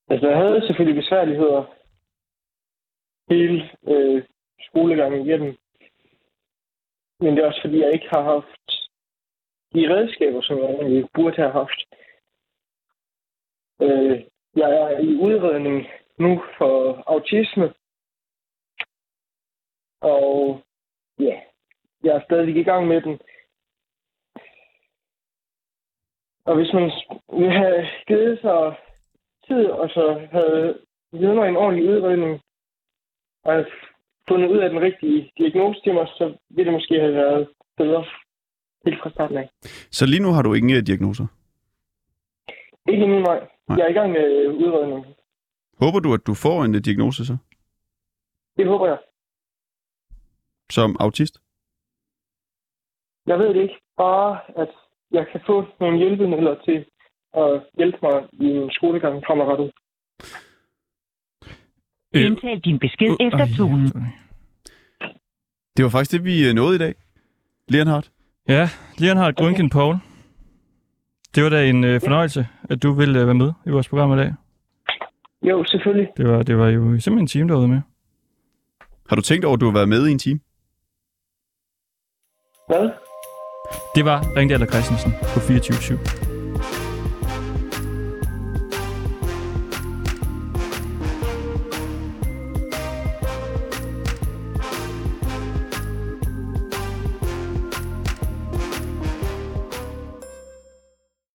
Altså, jeg havde selvfølgelig besværligheder hele øh, skolegangen igennem. Men det er også fordi, jeg ikke har haft de redskaber, som jeg egentlig burde have haft. Øh, jeg er i udredning nu for autisme. Og ja, jeg er stadig i gang med den. Og hvis man ville have givet sig tid, og så havde vidner en ordentlig udredning, og havde fundet ud af den rigtige diagnose til mig, så ville det måske have været bedre helt fra starten af.
Så lige nu har du ingen øh, diagnoser.
Ikke endnu, nej. Jeg er i gang med øh, udredningen.
Håber du, at du får en øh, diagnose så?
Det håber jeg.
Som autist?
Jeg ved det ikke. Bare, at jeg kan få nogle hjælpemidler til at hjælpe mig i min skolegang fremadrettet.
Øh.
Indtal din besked efter tonen.
Det var faktisk det, vi øh, nåede i dag. Leonhardt?
Ja, Leonhard Grunken Paul. Det var da en øh, fornøjelse, at du ville øh, være med i vores program i dag.
Jo, selvfølgelig.
Det var, det var jo simpelthen en time, der var ude med.
Har du tænkt over, at du har været med i en time?
Hvad?
Det var Ringdal og Christensen på 24-7.